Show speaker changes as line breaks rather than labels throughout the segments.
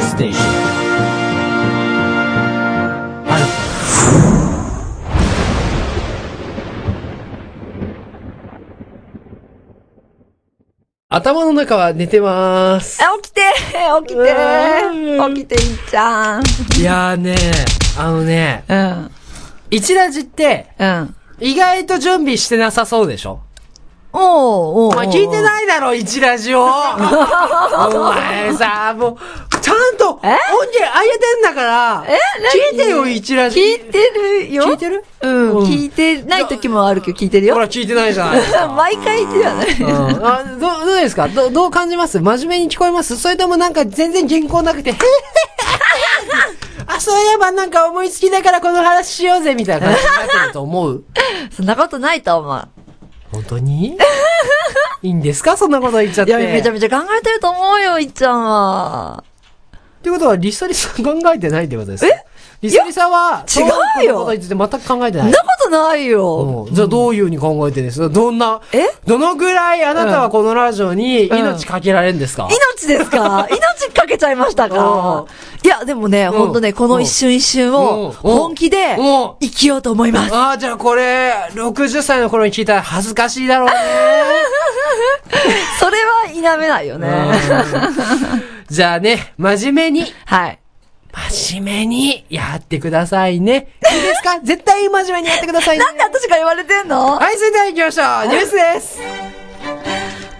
ステーション
頭の中は寝てまーす。
え起きて 起き
うわー
て起きていっちゃん。
いやーねあのね、
うん。
一ラジって、
うん。
意外と準備してなさそうでしょ
おうおうおう
まあ、聞いてないだろ、一ラ ジオ。お前さ、もう、ちゃんと、音源あげてんだから、聞いてよ、一ラジ。
聞いてるよ。
聞いてる
うん。
うん
聞いてない時もあるけど聞いてる
ほ
よ。
ら、聞いてないじゃ ないですか。
毎回ではない。
うんあどうどうですかどうどう感じます真面目に聞こえますそれともなんか全然原稿なくて、へへへへあ、そういえばなんか思いつきだからこの話しようぜみたいな感じになってると思う
そんなことないと思う。
本当に いいんですかそんなこと言っちゃっ
い
て。
や、めちゃめちゃ考えてると思うよ、いっちゃんは。
ってことは、リサリさん考えてないってことですえリサリさんは、
いや違う
そ
よ
のことについて全く考えてな
そん
い
な。ことないよ。
うんじゃあどういうふうに考えてるんですかどんな、
え
どのぐらいあなたはこのラジオに
ん
命かけられるんですか、
命です か命かけちゃいました
うん
かいや、でもね、ほんとね、この一瞬一瞬
うん
を本気で
うん
生きようと思います。
ああ、じゃあこれ、60歳の頃に聞いたら恥ずかしいだろうね。
それは否めないよね。
じゃあね、真面目に、
はい。
真面目にやってくださいね。いいですか絶対真面目にやってくださいね。
なんで私が言われてんの
はい、それでは行きましょう。ニュースです。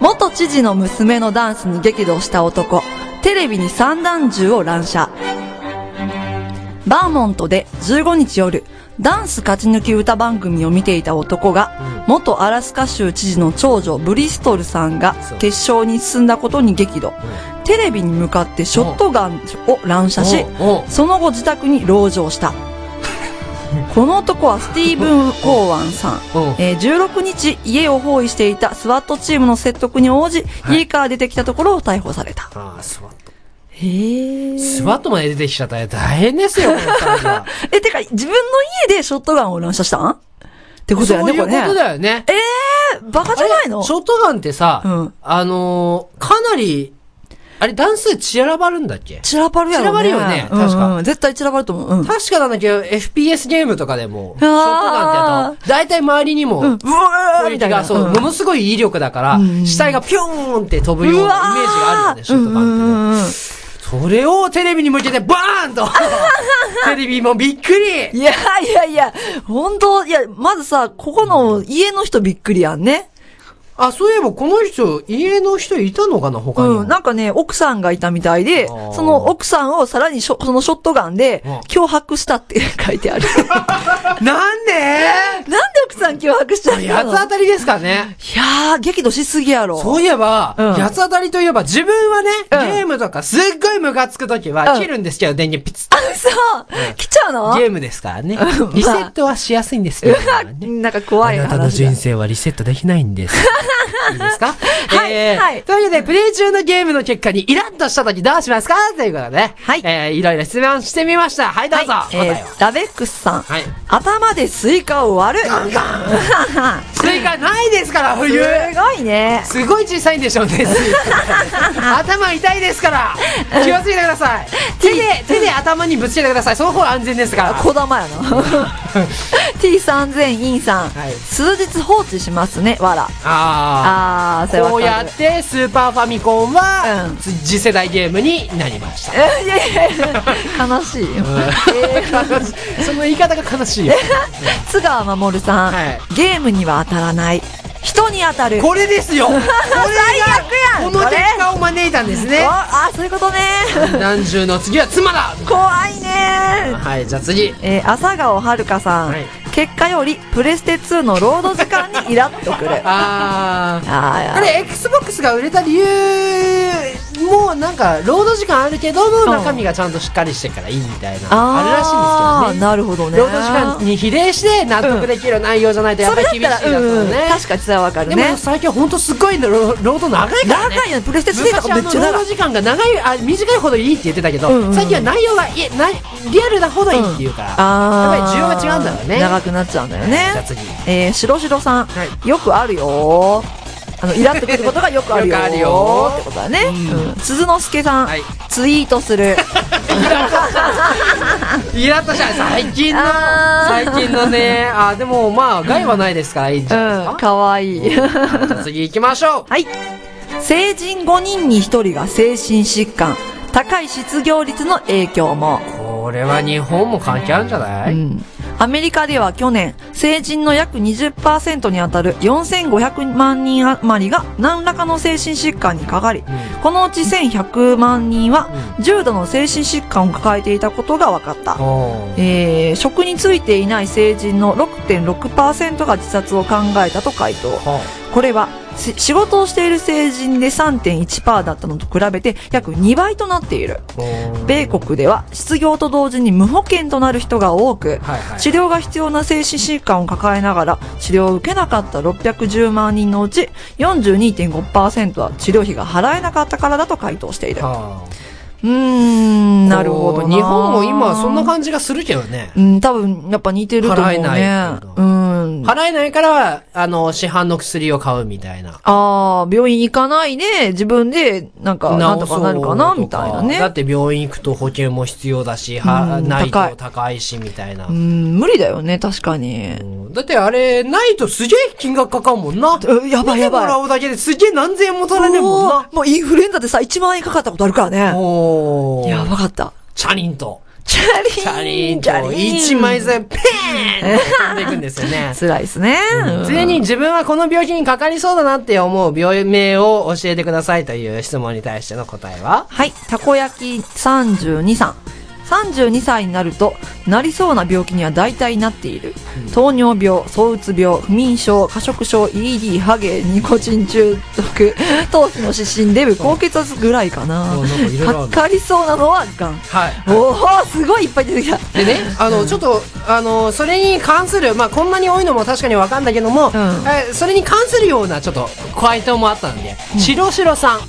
元知事の娘のダンスに激怒した男。テレビに散弾銃を乱射。バーモントで15日夜、ダンス勝ち抜き歌番組を見ていた男が、元アラスカ州知事の長女ブリストルさんが
そう
決勝に進んだことに激怒。テレビに向かってショットガンを乱射し、
おうおう
その後自宅に籠 城した。この男はスティーブン・コーワンさん
うん、
えー16日家を包囲していたスワットチームの説得に応じ、家から出てきたところを逮捕された。
ああ、そう。
へえ。
スワットまで出てきちゃったら大変ですよ、この2人は
え、てか、自分の家でショットガンを乱射したんってこと
そう
だよ
い
ね、
う
こ
こと
れね。
だよね。え
バカじゃないの
ショットガンってさ、
うん
あのーかなり、あれ、段数散らばるんだっけ
散らばるやろ、
散
ね。
らばるよね確か
うんうん絶対散らばると思う。うん。
確かなんだけど、FPS ゲームとかでも、ショットガン
あー
ってやと、だいたい周りにも、
うん、うわ
攻
ーみた
撃
いな。
が、そう、
ん
ものすごい威力だから、死体がピョーンって飛ぶようなイメージがあるよね、ショットガ
う
ンってね。
んうんうん
それをテレビに向けてバー ンとテレビもびっくり
いやいやいや、本当いや、まずさ、ここの家の人びっくりやんね。
あ、そういえばこの人、家の人いたのかな、他にも。
うん。なんかね、奥さんがいたみたいで、
あー
その奥さんをさらにショそのショットガンで
うん
脅迫したって書いて ある。
なんで
なんで奥さん脅迫しちゃっ
八
た
つ
の
当たりですかね。
いやー、激怒しすぎやろ。
そういえば、
うん
八つ当たりといえば、自分はね、
うん
ゲームとかすっごいムカつくとき
う
は、
ん
切るんですけど、電源ピツッと。
そう、来ちゃうの
ゲームですからね
うん。
リセットはしやすいんですけ ど、ね。
なんか
あ
怖い
なたの
話だ
人。生はリセットできないん です。いいですか
はい
えー
はい
というわけで、プレイ中のゲームの結果にイラッとしたときどうしますかということでね。
はい
えーいろいろ質問してみました。はい、どうぞ。
はい、
答え
え
を
ー、ラベックスさん。
はい
頭でスイカを割る。ガンガン
スイカないですから、
す
冬
ごいね。
すごい小さいんでしょう ね、スイカ頭痛いですから、気をつけてくだ さい。 手で、手で頭にぶつけてください。その方が安全ですから。
小玉やな T3000 インさん、
はい
数日放置しますねわら
あ
あーそれ
あ。
わか
こう
る
やって、スーパーファミコンは、
うん
次世代ゲームになりました。
えいやいやいや悲しいよ、え ー
その言い方が悲しいよ。
津川守さん、
はい
ゲームには当たらない人に当たる
これですよこれ
最悪や
こ
ん
の
こ
結
れ
果を招いたんですね。
ああそういうことね
何十の次は妻だ
怖いね
はい、じゃあ次。
えー、朝顔はるかさん、
はい
結果よりプレステ2のロード時間にイラッとくるあ
あー。
あ
あれ、Xbox が売れた理由もなんか、ロード時間あるけども、
ん
中身がちゃんとしっかりしてからいいみたいな、
あ
あるらしいんですけどね。
なるほどね
ロード時間に比例して納得できる内容じゃないとやっ
そ
ぱ
れ
り
だ
厳しい
っ
だと
たら、
思
う
うん
うん、
ね。
確かにそれはわかる
でも
ね
最近は本当すごいのロロード長いからね。
長いよねプレステ2
昔
とか
あ
め
の
っちゃ
ロー
長
ド
い
時間が長いあ短いほどいいって言ってたけど、
うんうん
最近は内容がいえないリアルなほどいいって言うから、
あー
やっぱり需要が違うんだろうね
長くなっちゃうんだよね
じゃあ次
えー、白白さん、
はい
よくあるよあのイラっとくることがよくあるよ
よくあるよ
ってことだね、うん鈴之助さん、
はい
ツイート する
イラッとした最近の
あー
最近のねあーでもまあ害はないですからいいんじ
う
ゃないです
ん
か、
かわいい
じゃあ次行きましょ
はい成人5人に1人が精神疾患高い失業率の影響も
うこれは日本も関係あるんじゃない、
うんアメリカでは去年、成人の約20%にあたる4500万人余りが何らかの精神疾患にかかり、このうち1100万人は重度の精神疾患を抱えていたことが分かった。
おー
えー職についていない成人の6.6%が自殺を考えたと回答。
は
これはし仕事をしている成人で3.1%だったのと比べて約2倍となっている。
あおー
米国では失業と同時に無保険となる人が多く、
はいはい
治療が必要な精神疾患を抱えながら治療を受けなかった610万人のうち42.5%は治療費が払えなかったからだと回答している。
はあ
うーん、なるほど
こ
な。
う日本も今そんな感じがするけどね
うん、多分やっぱ似てると思うね。
払えないけど
うん。
払えないからあの市販の薬を買うみたいな
ああ、病院行かないで、自分で、なんか、なんとかなるか
治
な、
そう
み
とか
たいな
だ
ね
っ。て病院行くと保険も必要だし、は
うん
ない
高い
と高いしみたいな
う。ん、無理だよね、確かに。
だってあれ、ないとすげえ金額かかんもんな。
うん やばいやばい
見てもらうだけですげえ何千円も取られるもんな。
おーもうインフルエンザでさ、1万円かかったことあるからね。
おー。
やばかった。
チャリンと。
チャリ
チ
ン
ャリン
チ
と。
ャリン。
一枚ずつペーンって飛んでいくんですよね
辛いですね。
常に自分はこの病気にかかりそうだなって思う病名を教えてくださいという質問に対しての答えは
はい、たこ焼き32さん。32歳になると、なりそうな病気には大体なっている。糖尿病、躁うつ病、不眠症、過食症、ED、ハゲ、ニコチン中 毒、頭皮の湿疹、デブ、高血圧ぐらいかな
そうなんかい。ろいろあ
か
る
かりそうなのはがん。
はい。
おおすごいいっぱい出てきた。
でね、あの、ちょっと、あの、それに関する、まあ、こんなに多いのも確かにわかんだけども、
ん
えそれに関するような、ちょっと、回答もあったんで、白白さん、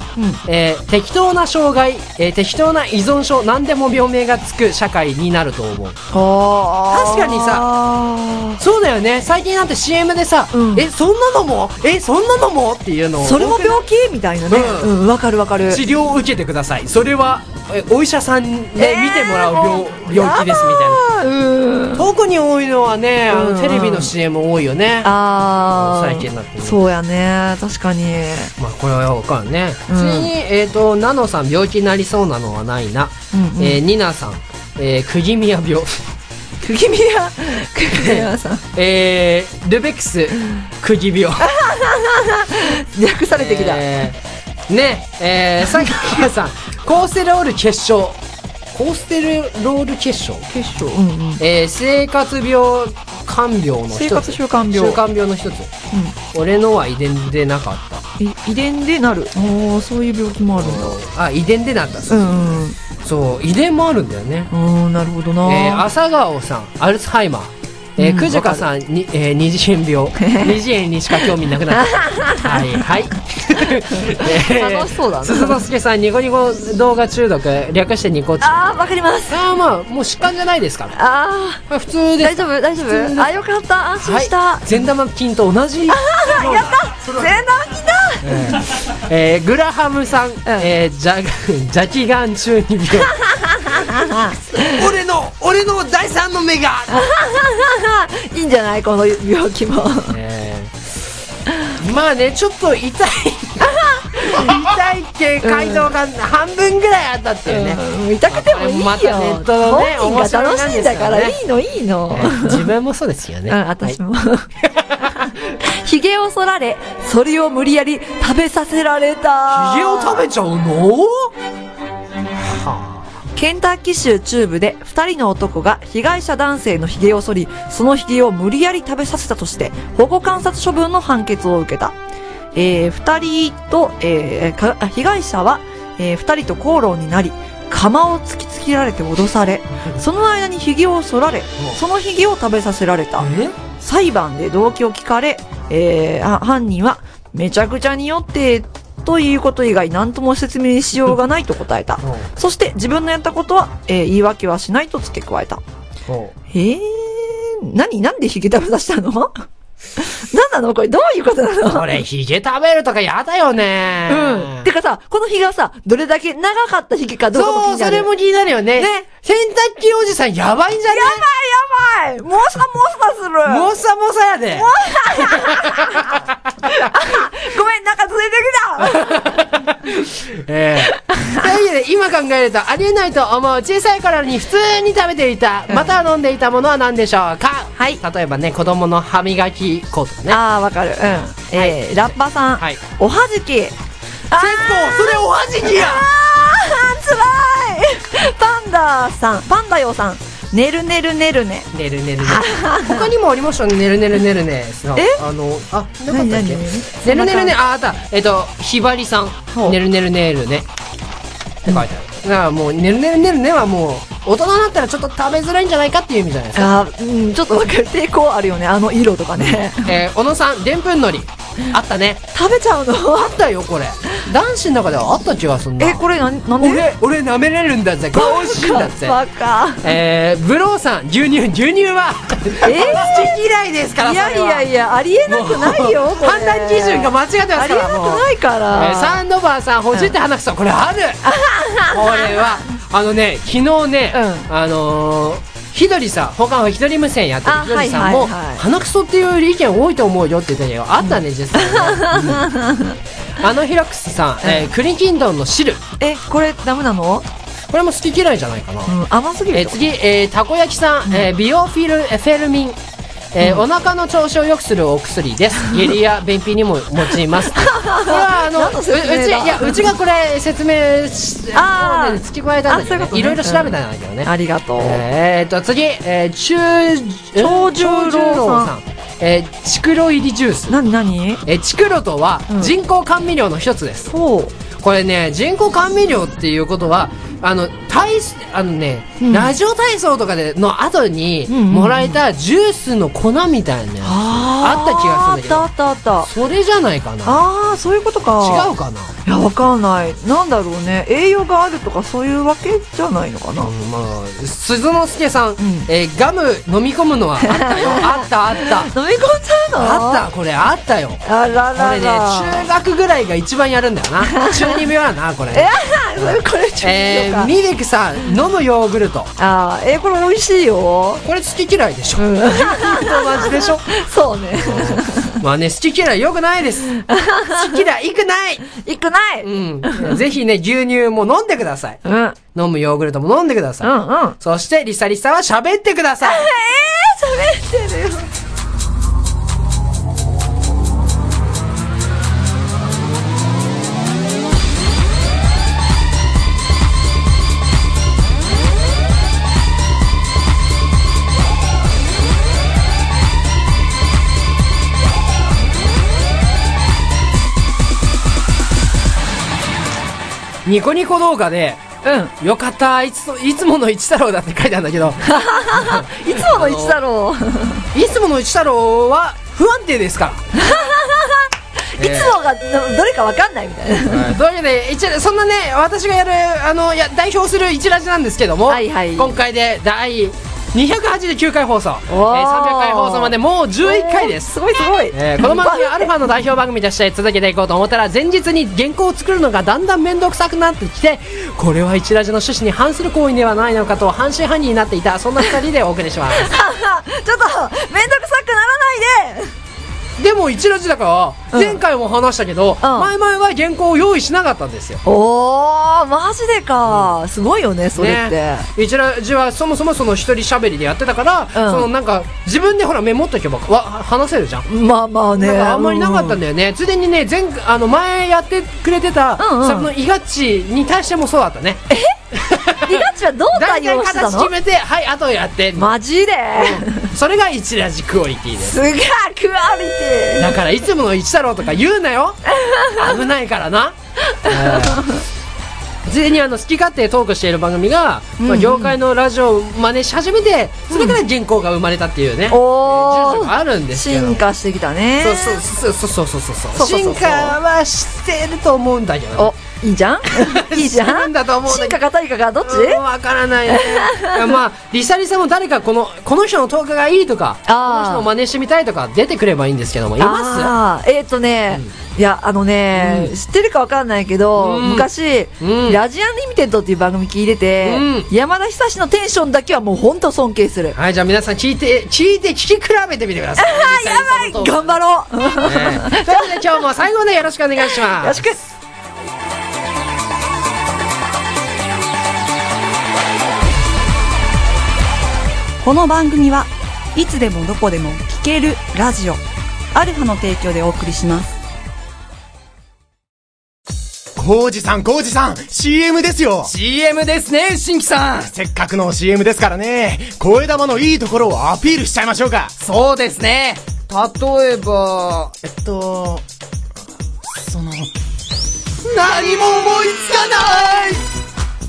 えー適当な障害、えー適当な依存症、何でも病名がつく社会になると思う。
確
確かにさ
さ、
そうだよね、最近なんて CM でさ、
うん
え、そんなのもえ、そんなのもっていうのを、
それも病気みたいなね。
う
うん、わかるわかる。
治療を受けてください。それは、えお医者さんで見てもらう病,、病気ですみたいな。
たいな。うん。
特に多いのはね、あ
うん
の、テレビの CM 多いよね。
あー
最近になってね
そうやね確かに
まあこれはわかんね。
うん
次に、えっ、と、ナノさん、病気になりそうなのはないな。
うんうん
えーニナさん、えー、クギミヤ病。
釘宮釘宮さん
えー、ルベックス、クギ 病。
略されてきた、
えーね、えー、さっき皆 さん、コーステロール結晶。コーステロール結晶結晶。
うんうん、
えー、生活病、看病の一つ。
生活習慣病
習慣病の一つ。俺のは遺伝でなかった。
い遺伝でなるおーそういう病気もあるんだ
あ、遺伝でなった。
うんうん
そう、遺伝もあるんだよね。
うんなるほどな、
えー、朝顔さん、アルツハイマー。え
うん
ー、くじかさん、に、えー、二次元 病。二次元にしか興味なくなった。はい、はい。
楽しそうだな
鈴之助さん、ニコニコ動画中毒、略してニコチン。あ
あーわかります
あー、まあ、もう疾患じゃないですから。
あ
これ普通
ー
で
大
す。
丈夫大丈夫あよかった安心した、
はい。善玉菌と同じ。やった
全然来た
えー、グラハムさん、えー、ジャ ジャキガン中二病 俺の俺の第三の目が、
いいんじゃないこの病気も
えー、まあねちょっと痛い痛いって回答が半分ぐらいあったっていうね、
うん痛くてもいいよ、
またネットのね
本人が楽しいんだか
面
ら
白いなんですよね
いいのいいの、
自分もそうですよね、
うん、私も。 ひげを剃られ、それを無理やり食べさせられた。
ヒゲを食べちゃうの
ケンタッキー州中部で二人の男が被害者男性のひげを剃り、そのひげを無理やり食べさせたとして、保護観察処分の判決を受けた。えー二人と、えーかあ被害者は、えー二人と口論になり、釜を突きつけられて脅され、その間にひげを剃られ、そのひげを食べさせられた。
え
裁判で動機を聞かれ、えーあ犯人は、めちゃくちゃによって、ということ以外何とも説明しようがないと 答えた。そして自分のやったことは、えー言い訳はしないと付け加えた。
お
えー、何なんでヒゲ食べさせたの う何なのこれどういうことなの
これ、ヒゲ食べるとかやだよね。
うん。てかさ、この日がさ、どれだけ長かった日かどうかも気
そう、
にな
そ
る。
れも気になるよね。
ね
洗濯機おじさんやばいんじゃない
やばいやばいもさもさする
もさもさやで。
ごめん、なんかついてきた
ええというわけで、今考えるとありえないと思う小さい頃に普通に食べていた、または飲んでいたものは何でしょうか
はい
例えばね、子供の歯磨き粉とかね。
ああ、わかる。うん。えー、ラッパさん。
はい
おはじき。あ
結構、それおはじきや
あー、つらいパンダさん、パンダよさん。ねるねるねるね。
ねるねるね。他にもありましたね、ねるねるねるね。
え
あの、あ、なかったっけ
何何
ねるねるね、あ、あった。えっと、ひばりさ。
ほうん
ねるねるねるね。って書いてある。だからもう、ねるねるねるねはもう、大人になったらちょっと食べづらいんじゃないかっていう意味じゃないですか。
あーうん、ちょっとわかる。抵抗あるよね。あの色とかね。
えー、小野さん、でんぷんのり。あったね。
食べちゃうの
あったよ、これ。男子の中ではあった気がすんな。
え、これな、なんで
俺、俺舐めれるんだぜ。これ美味しいんだぜ。
バカ。
えー、ブローさん、牛乳、牛乳は、
え
口嫌いですから、
ー、いやいや
や、
いや、ありえなくないよ。これ
判断基準が間違ってます
あ
か
りえな
ら、
く
もう。
ないか
えー
ら。
サンドバーさん、ほじって話すと、これあるこれは、あのね、昨日ね、
う
あのー、ひどりさん、他のひどり無線やってる
あ
ひどりさん
は
も、
いはいはい
鼻くそっていうより意見多いと思うよって言ってたよ。あったね、実際ね。 うんあのヒラクスさん、えー、栗きんどんの汁。
え、これダメなの
これも好き嫌いじゃないかな。
うん、甘すぎ
え
る
ー
よ。
次、えーたこ焼きさん、えービオフィル、えーフェルミン。えーお腹の調子を良くするお薬 です。下痢や便秘にも用います。これはあの、
何
う
の
うち、
説明だ
いや、うちがこれ説明し、
あ
あ
ー
のね付き加えたんだけ
あそういう
ど、ね
ことね
いろいろ調べたんだけどね。
ありがとう。
えーっと、次、えー中、
長十郎さん
ん。えー、チクロ入りジュース。
なになに
えー、チクロとは
うん
人工甘味料の一つです。
そう。
これね人工甘味料っていうことはあの体操あのね、
うん
ラジオ体操とかでの後に
んうんうん
もらえたジュースの粉みたいなやつあった気がするんだけど
あったあったあった。
それじゃないかな
ああ、そういうことか。
違うかな、
いや、わかんない。なんだろうね。栄養があるとかそういうわけじゃないのかな。
うんまあ、鈴之助さん、
ん
えーガム飲み込むのはあった よあったあった
飲み込んじゃうの
あったこれあったよこ
あららら。
れね中学ぐらいが一番やるんだよな中二病やなこれ
えあそれこれ中
えー、
二病か。
ミルクさん飲むヨーグルト
あーえー、これ美味しいよ。
これ好き嫌いでしょ、牛乳と同じでしょ
そうね。
まあね、好き嫌い良くないです。好き嫌い良くない。
いくないううん、
ん。ぜひね、牛乳も飲んでください。
うん、うん。
飲むヨーグルトも飲んでください。
喋
そして、リサリサは喋ってください。
ってるよ。
ニコニコ動画で、
うん。
よかった、いつ、いつもの一太郎だって書いてあるんだけ ど、
いつもの一だろう。
いつもの一太郎は不安定ですから。
いつもがどどれかわかんないみ たいな。
というわけで、一そんなね、私がやる、あの、や代表する一ラジなんですけども、
はいはい
今回で第289回放送、えー
おー
300回放送までもう11回です
す。ごいすごい。
えーこの番組はアルファの代表番組として続けていこうと思ったら前日に原稿を作るのがだんだん面倒くさくなってきてこれは一ラジの趣旨に反する行為ではないのかと半信半疑になっていたそんな2人でお送りします
ちょっとめんどくさくならないで
でも一ラジだから
うん
前回も話したけど、前々は原稿を用意しなかったんですよ
おーマジでか、すごいよねそれって、
ね、一ラジはそもそもその一人喋りでやってたから、そのなんか自分でほらメモっとけばわ話せるじゃん
まあまあね
なんかあんまりなかったん
ね
だよね。ついでにね、前、あの、前やってくれてた、
うんうん
そのイガッチに対してもそうだったね。
リガッチはどう
大
対
体
応してた
形決
の
めて、はい、あとやって。
マジで、
それが一ラジクオリティです。
すげえクオリテ
だから、いつもの一太郎とか言うな よ危ないから な。えーついでにあの好き勝手トークしている番組が、まあ、業界のラジオを真似し始めて、それから原稿が生まれたっていうね、
ィお
順序
ー
があるんですけど
進化してきたね
そうそうそうそうそうそうそう
そうそうそうそう
進化はしてると思うんだけどね
おいい じゃんいいじ
して
ゃ
るん
ん
だと思うんだけど
進化か退化かどっち
うんわからない ねいやまあリサリサも誰かこのこの人の投下がいいとかこ
あ
の
ー
人を真似してみたいとか出てくればいいんですけどもいま
あーえっ、とね、いやあのね、知ってるかわかんないけど、
うん
昔、
うん
ラジアンリミテッドっていう番組聞いてて、
う
山田久志のテンションだけはもう本当尊敬する
すはいじゃあ皆さん聞いて聞いて聞き比べてみてくだ さい
や ばい頑張ろう、よ
ねということで今日も最後までよろしくお願いします
ろしくこの番組はいつでもどこでも聞けるラジオアルファの提供でお送りします
コウジさん、コウジさん、CM ですよ
CM ですね新規さん
せっかくの CM ですからね、声玉のいいところをアピールしちゃいましょうか。
そうですね例えば
えっと、その、
何も思いつかない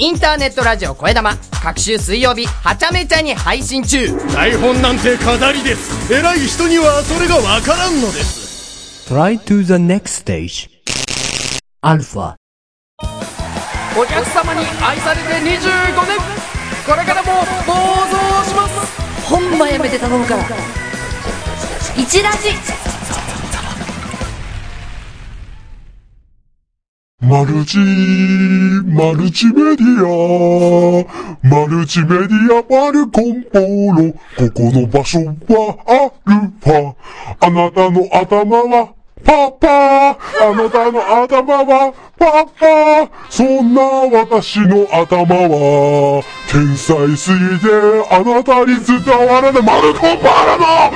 インターネットラジオ声玉各週水曜日はちゃめちゃに配信中
台本なんて飾りです。偉い人にはそれがわからんのです。
Try to the next stage. Alpha.
お客様に愛されて25年これからも暴走します
ほんまやめて頼むから
一ラジ
マルチ、マルチメディア、マルチメディアパルコンポーロ、ここの場所はアルファ、あなたの頭はパパあなたの頭はパパそんな私の頭は、天才すぎてあなたに伝わらないマルコンパーロの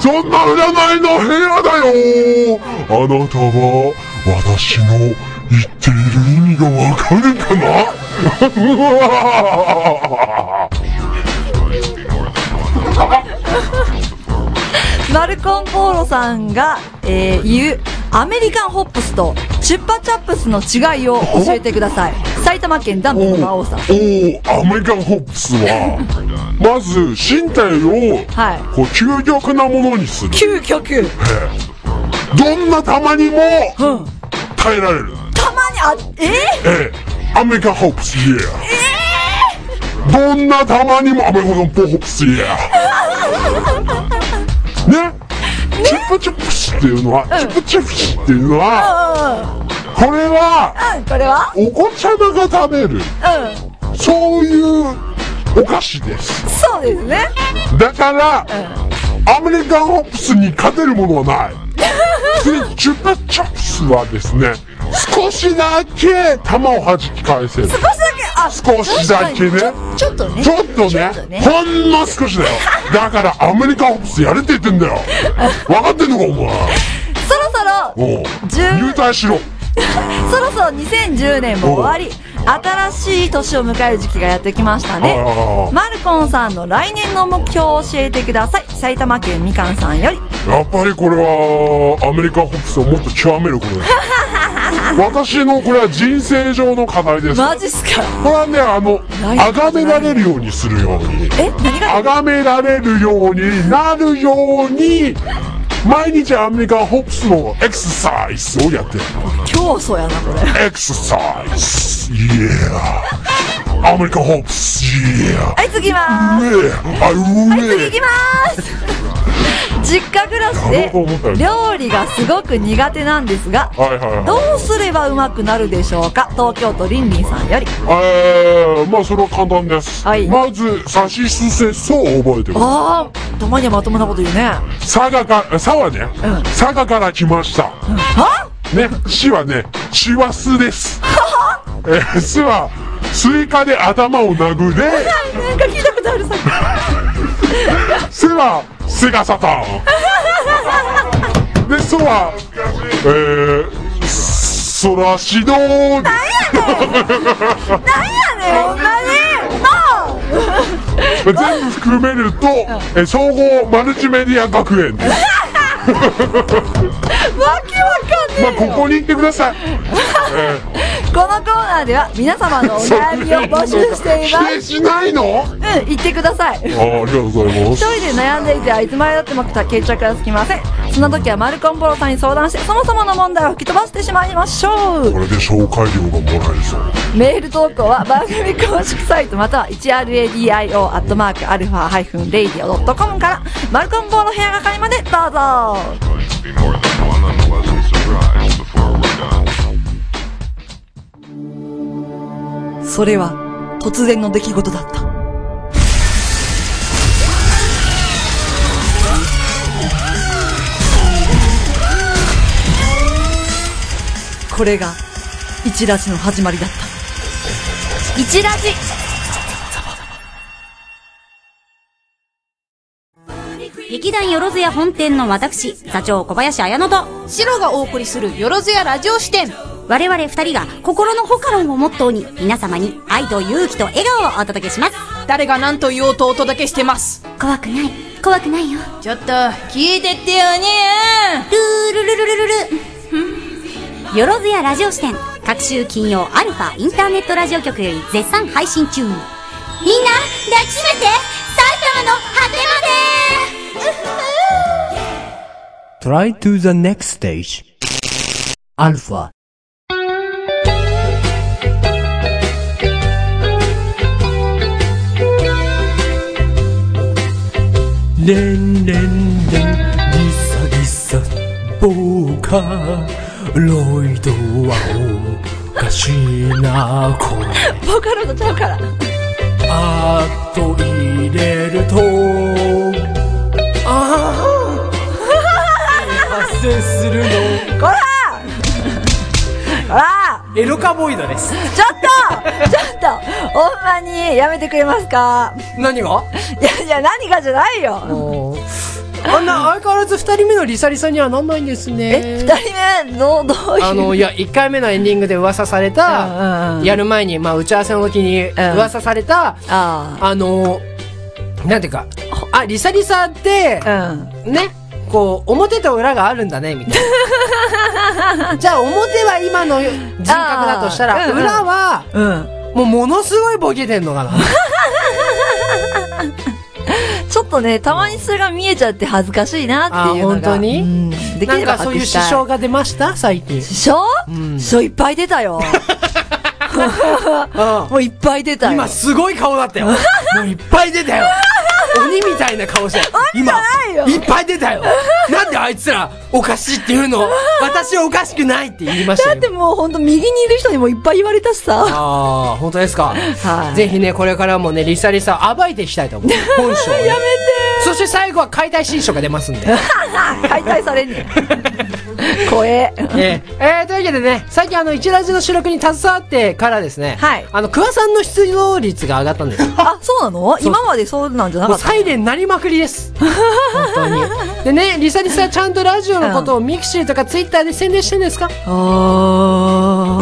そんな占いの部屋だよあなたは私の言っている意味がわかるかな
マルコン・ポーロさんが、えー言うアメリカンホップスとチュッパチャップスの違いを教えてください埼玉県ダンプの馬王さん
おおアメリカンホップスはまず身体を
はい
こう究極なものにする
究極
どんなたまにも耐えられる、
たまにあえ
ええアメリカンホップスイエーどんなたまにもアメリカンポホップスイエーねチップチップスっていうのは、チップチップスっていうのは、これは、
ー、うん、 これは
お子ちゃまが食べる、
う
そういうお菓子です
ん。そうですね
だから、アメリカンホップスに勝てるものはない。でチュッパチャプスはですね、少しだけ玉を弾き返せる。
少しだけあ
少しだけね
確かにちょちょっとね
ちょっとねほんの少しだよだからアメリカンホップスやれって言ってんだよ分かってんのかお
そ
前
ろそろ
おう
十
入隊しろ
そろそろ2010年も終わり新しい年を迎える時期がやってきましたね
はいはいはい
マルコンさんの来年の目標を教えてください埼玉県みかんさんより
やっぱりこれはアメリカンホップスをもっと極めること です私のこれは人生上の課題ですこ
マジっすか
れはねあの
ない
あがめられるようにするように
え何が
あがめられるようになるように毎日アメリカンホップスのエクササイズをやってる
競争やなこれ
エクササイズイエーアメリカンホップスイエー
はい次行きまーす
ねえあ
はいう次
ね
行きまー す実家暮らしで料理がすごく苦手なんですが
えはいはい
ど
はいう
すればうまくなるでしょうか東京都りんりんさんより
えー、まあそれは簡単です、
はい
まずさしすせそを覚えてくださ
ああたまにはまともなこと言うね
い佐賀かさはね、佐賀から来ました、
は
ねしはねしわすですえー、すはスイカで頭を殴れ
なんか聞いたことあるさ
すはセガサ ターンでそはえー、そらしどー
なんやねんほんまになあ
全部含めると、え総合マルチメディア学園です
わけわかん
まあ
ねえ
こ
よ
こに行ってください、え
このコーナーでは皆様のお
ー
悩みを募集していま
否定
す
しないのあ
うん言ってください
ありがとうございま
一
す
人で悩んでいてはいつまでたっても決着がつきませんそんな時はマルコンボロさんに相談してそもそもの問題を吹き飛ばしてしまいましょう
これで紹介料がもらえそう
メール投稿は番組公式サイトまたは 1radio.α-radio.com からマルコンボーの部屋係までどうぞそれは突然の出来事だったこれが一ラジの始まりだった
一ラジ劇団よろずや本店の私、座長小林彩乃と、
白がお送りするよろずやラジオ視点
我々二人が心のホカロンをモットーに、皆様に愛と勇気と笑顔をお届けします。
誰が何と言おうとお届けしてます
怖くない、怖くないよ。
ちょっと聞いてってよね
ルールルルルルルル。よろずやラジオ視点、各週金曜アルファインターネットラジオ局より絶賛配信中。みんな、抱きしめて、埼玉の果てまで
Try to the next stage. Alpha. レンレンレンギサギサボーカロイドはおかしな声
ボーカロイドちゃうから
あっと入れるとああ発生するの
こらこら
エロカボイドです。
ちょっとちょっとほんまにやめてくれますか
何が
いやいや何がじゃないよ
あんな相変わらず二人目のリサリサにはなんないんです
え
ね。
二人目のどういう
あの、いや、1回目のエンディングで噂され
うんうん
た
う、ん
やる前に、まあ、打ち合わせの時に
ん
噂された、
あ
あの、なんていうか、あ、リサリサって、
あうん
ね、こう、表と裏があるんだね、みたい な。じゃあ、表は今の人格だとした
あ
ら、
ーうんうん
裏は、
うん。
もうものすごいボケてんのかな。
ちょっとね、たまにそれが見えちゃって恥ずかしいなっていう
あ
のが。
本当に
うんでき
なん
れば
かそういう
隠
支
した
障が出ました最近。
支障
ん
支障いっぱい出たよ。もういっぱい出たよ。
今すごい顔だった よ。もういっぱい出たよ。鬼みたいな顔して。今、
ないよ
いっぱい出たよ。なんであいつらおかしいって言うの 私おかしくないって言いました
だ
よ。
ってもうほんと右にいる人にもいっぱい言われたし
あ
さ。
あ、本当ですか。
はい
ぜひね、これからもね、リサリサ暴いていきたい と思う。本性をね、やめてそして最後は解体新書が出ます んで。
解体されんねん。怖え。
えーえーというわけでね、最近あの、一ラジの収録に携わってからですね、
はい
あの、桑さんの出動率が上がったんですよ。
あ、そうなの今までそうなんじゃな
も
か
う
った
サイレン鳴りまくりです。本当に。でね、リサリサはちゃんとラジオのことをミクシーとかツイッターで宣伝してんですか
あ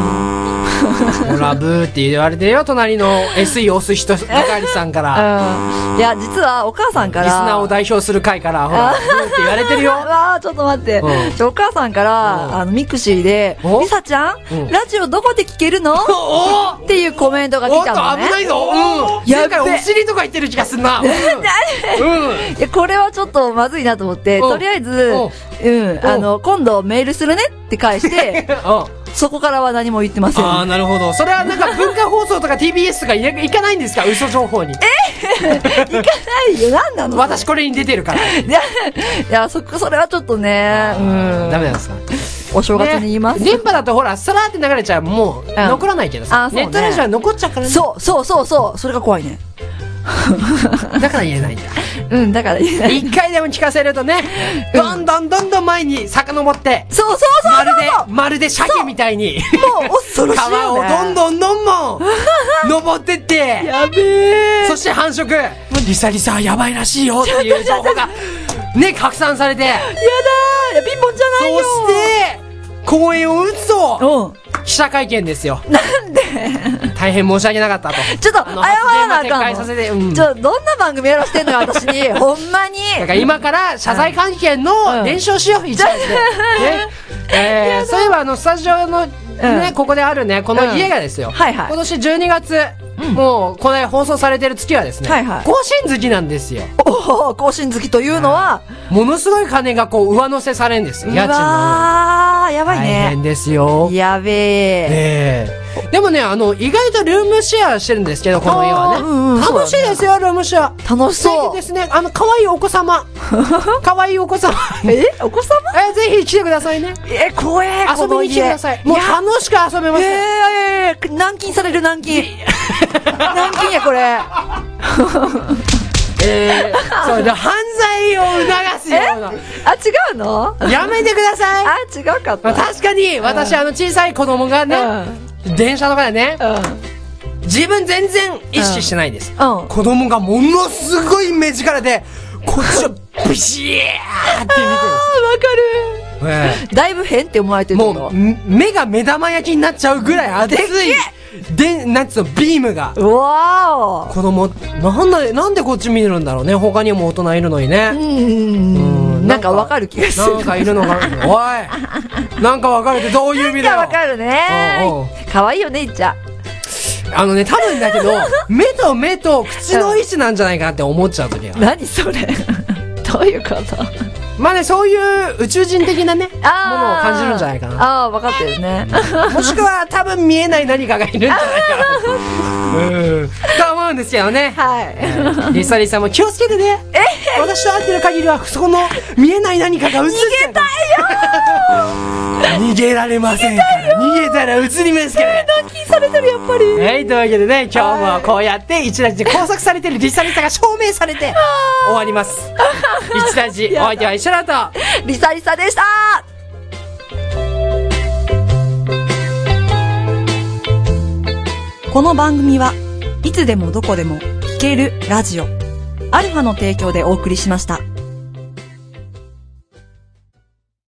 ほら、ブーって言われてるよ、隣の SE 押す人、ばかりさんから。
ー。うん。いや、実はお母さんか
リ
ら。
スナーを代表する会から、ほら、
あ
ブーって言われてるよ。
わあ、ちょっと待って。
うん
ちょお母さんから、
うん
あの、ミクシーで、
お
リサちゃん、
うん
ラジオどこで聞ける の
お
っていうコメントが
お
来
っと、危
たのね。
ないぞうん
や
前
っべ
回お尻とか言ってる気がすんなうんうん
いや、これはちょっとまずいなと思って、
うん
とりあえず、うん、あの、今度メールするねって返 して、
あ
そこからは何も言ってません。
あー、なるほど。それはなんか文化放送とか TBS とかいいかないんですか嘘情報に。
ないよ、なんなの
私これに出てるから。
いや、いや、そこ、それはちょっとね、うん。
ダメなんですか
お正月に言います。
ね電波だとほら、さらって流れちゃうもう、残らないけど
あ
さ。
そうね
ネットラジオは残っちゃうからね。
そう、そう、そう、そう、それが怖いね。
だから言えないんだ。
うん、だから言えない。
一回でも聞かせるとね、どんどんどんどん前に遡って、
そうそうそう
ま
そう
るで
そ、
まるで鮭みたいに、
うもう、恐ろしい
川
よ、
を
ね。
どんどんどんもん、登ってって、
やべえ。
そして繁殖、リサリサはやばいらしいよっていう情報が、ね、拡散されて、
やだーいやピンポンじゃない
そ
よ
して、公演を打つと、
うん。
記者会見ですよ。なんで大変申し訳なかったと。
ちょっと、謝
の
らなあ
発言は撤回
か
さ
ん
せ
の。
てうん
ちょ、どんな番組やらしてんのよ、私に。ほんまに。
だから今から謝罪会見の練習をしよう、一応ね。 ねえーそういえばあの、スタジオの、ね、ここであるね、この家がですよ。
はいはい
今年12月、もうこれ放送されてる月はですね、
はいはい
更新月なんですよ
おお、更新好きというのは、
ものすごい金がこう上乗せされるんですよ
う
家賃の
わー、やばい
大変
ね。
ですよ
やべえ。
ええでもねあの意外とルームシェアしてるんですけどこの家は
あー
ね、
うんうん
楽しいですよルームシェア
楽し
素敵
そ
ですねあの可愛いお子 様可愛いお子様
う。えお子様
えぜひ来てくださいね
え、怖え、
遊びに来てくださいもう楽しく遊べま
え
す、
えー、軟禁される 軟禁。軟禁や、これ。
えー、それで犯罪を促すような
あ、違うの
やめてください
あ、違うかっ
まあ
た。
確かに私あの小さい子供がね、電車とかでね、自分全然意識してないです、
うんうん
子供がものすごい目力でこっちをブシーって見てるわかる、え
だいぶ変って思われて
え
るの
もう目が目玉焼きになっちゃうぐらい熱いでなんつうのビームが
うわ
子供なんでなんでこっち見るんだろうね他にも大人いるのにね、
ーおうんなんかわかる気がする
なんかいるのか なおいなんか分かるってどういう意味だよ
わかる
うんうん
ね可愛いよねいっちゃん
あのね、多分だけ ど、目と目と口の位置なんじゃないかなって思っちゃうときは。
何それどういうこと
まあね、そういう宇宙人的なね、ものを
あー
感じるんじゃないかな。
ああー分かってるね
もしくは多分見えない何かがいるんじゃない かな。うん。と思うんですよね。
はい
リサリさんも気をつけてね。私と会ってる限りは、そこの見えない何かが映って逃げたいよ 逃げられませんから。逃げたら映りますから。
軟禁されてるやっぱり
はい、というわけでね、今日もこうやって一ラジで拘束されてるリサリサが証明されて終わり ます。一ラジ、お相手は一緒だと。
リサリサでしたこの番組はいつでもどこでも聞けるラジオアルファの提供でお送りしました。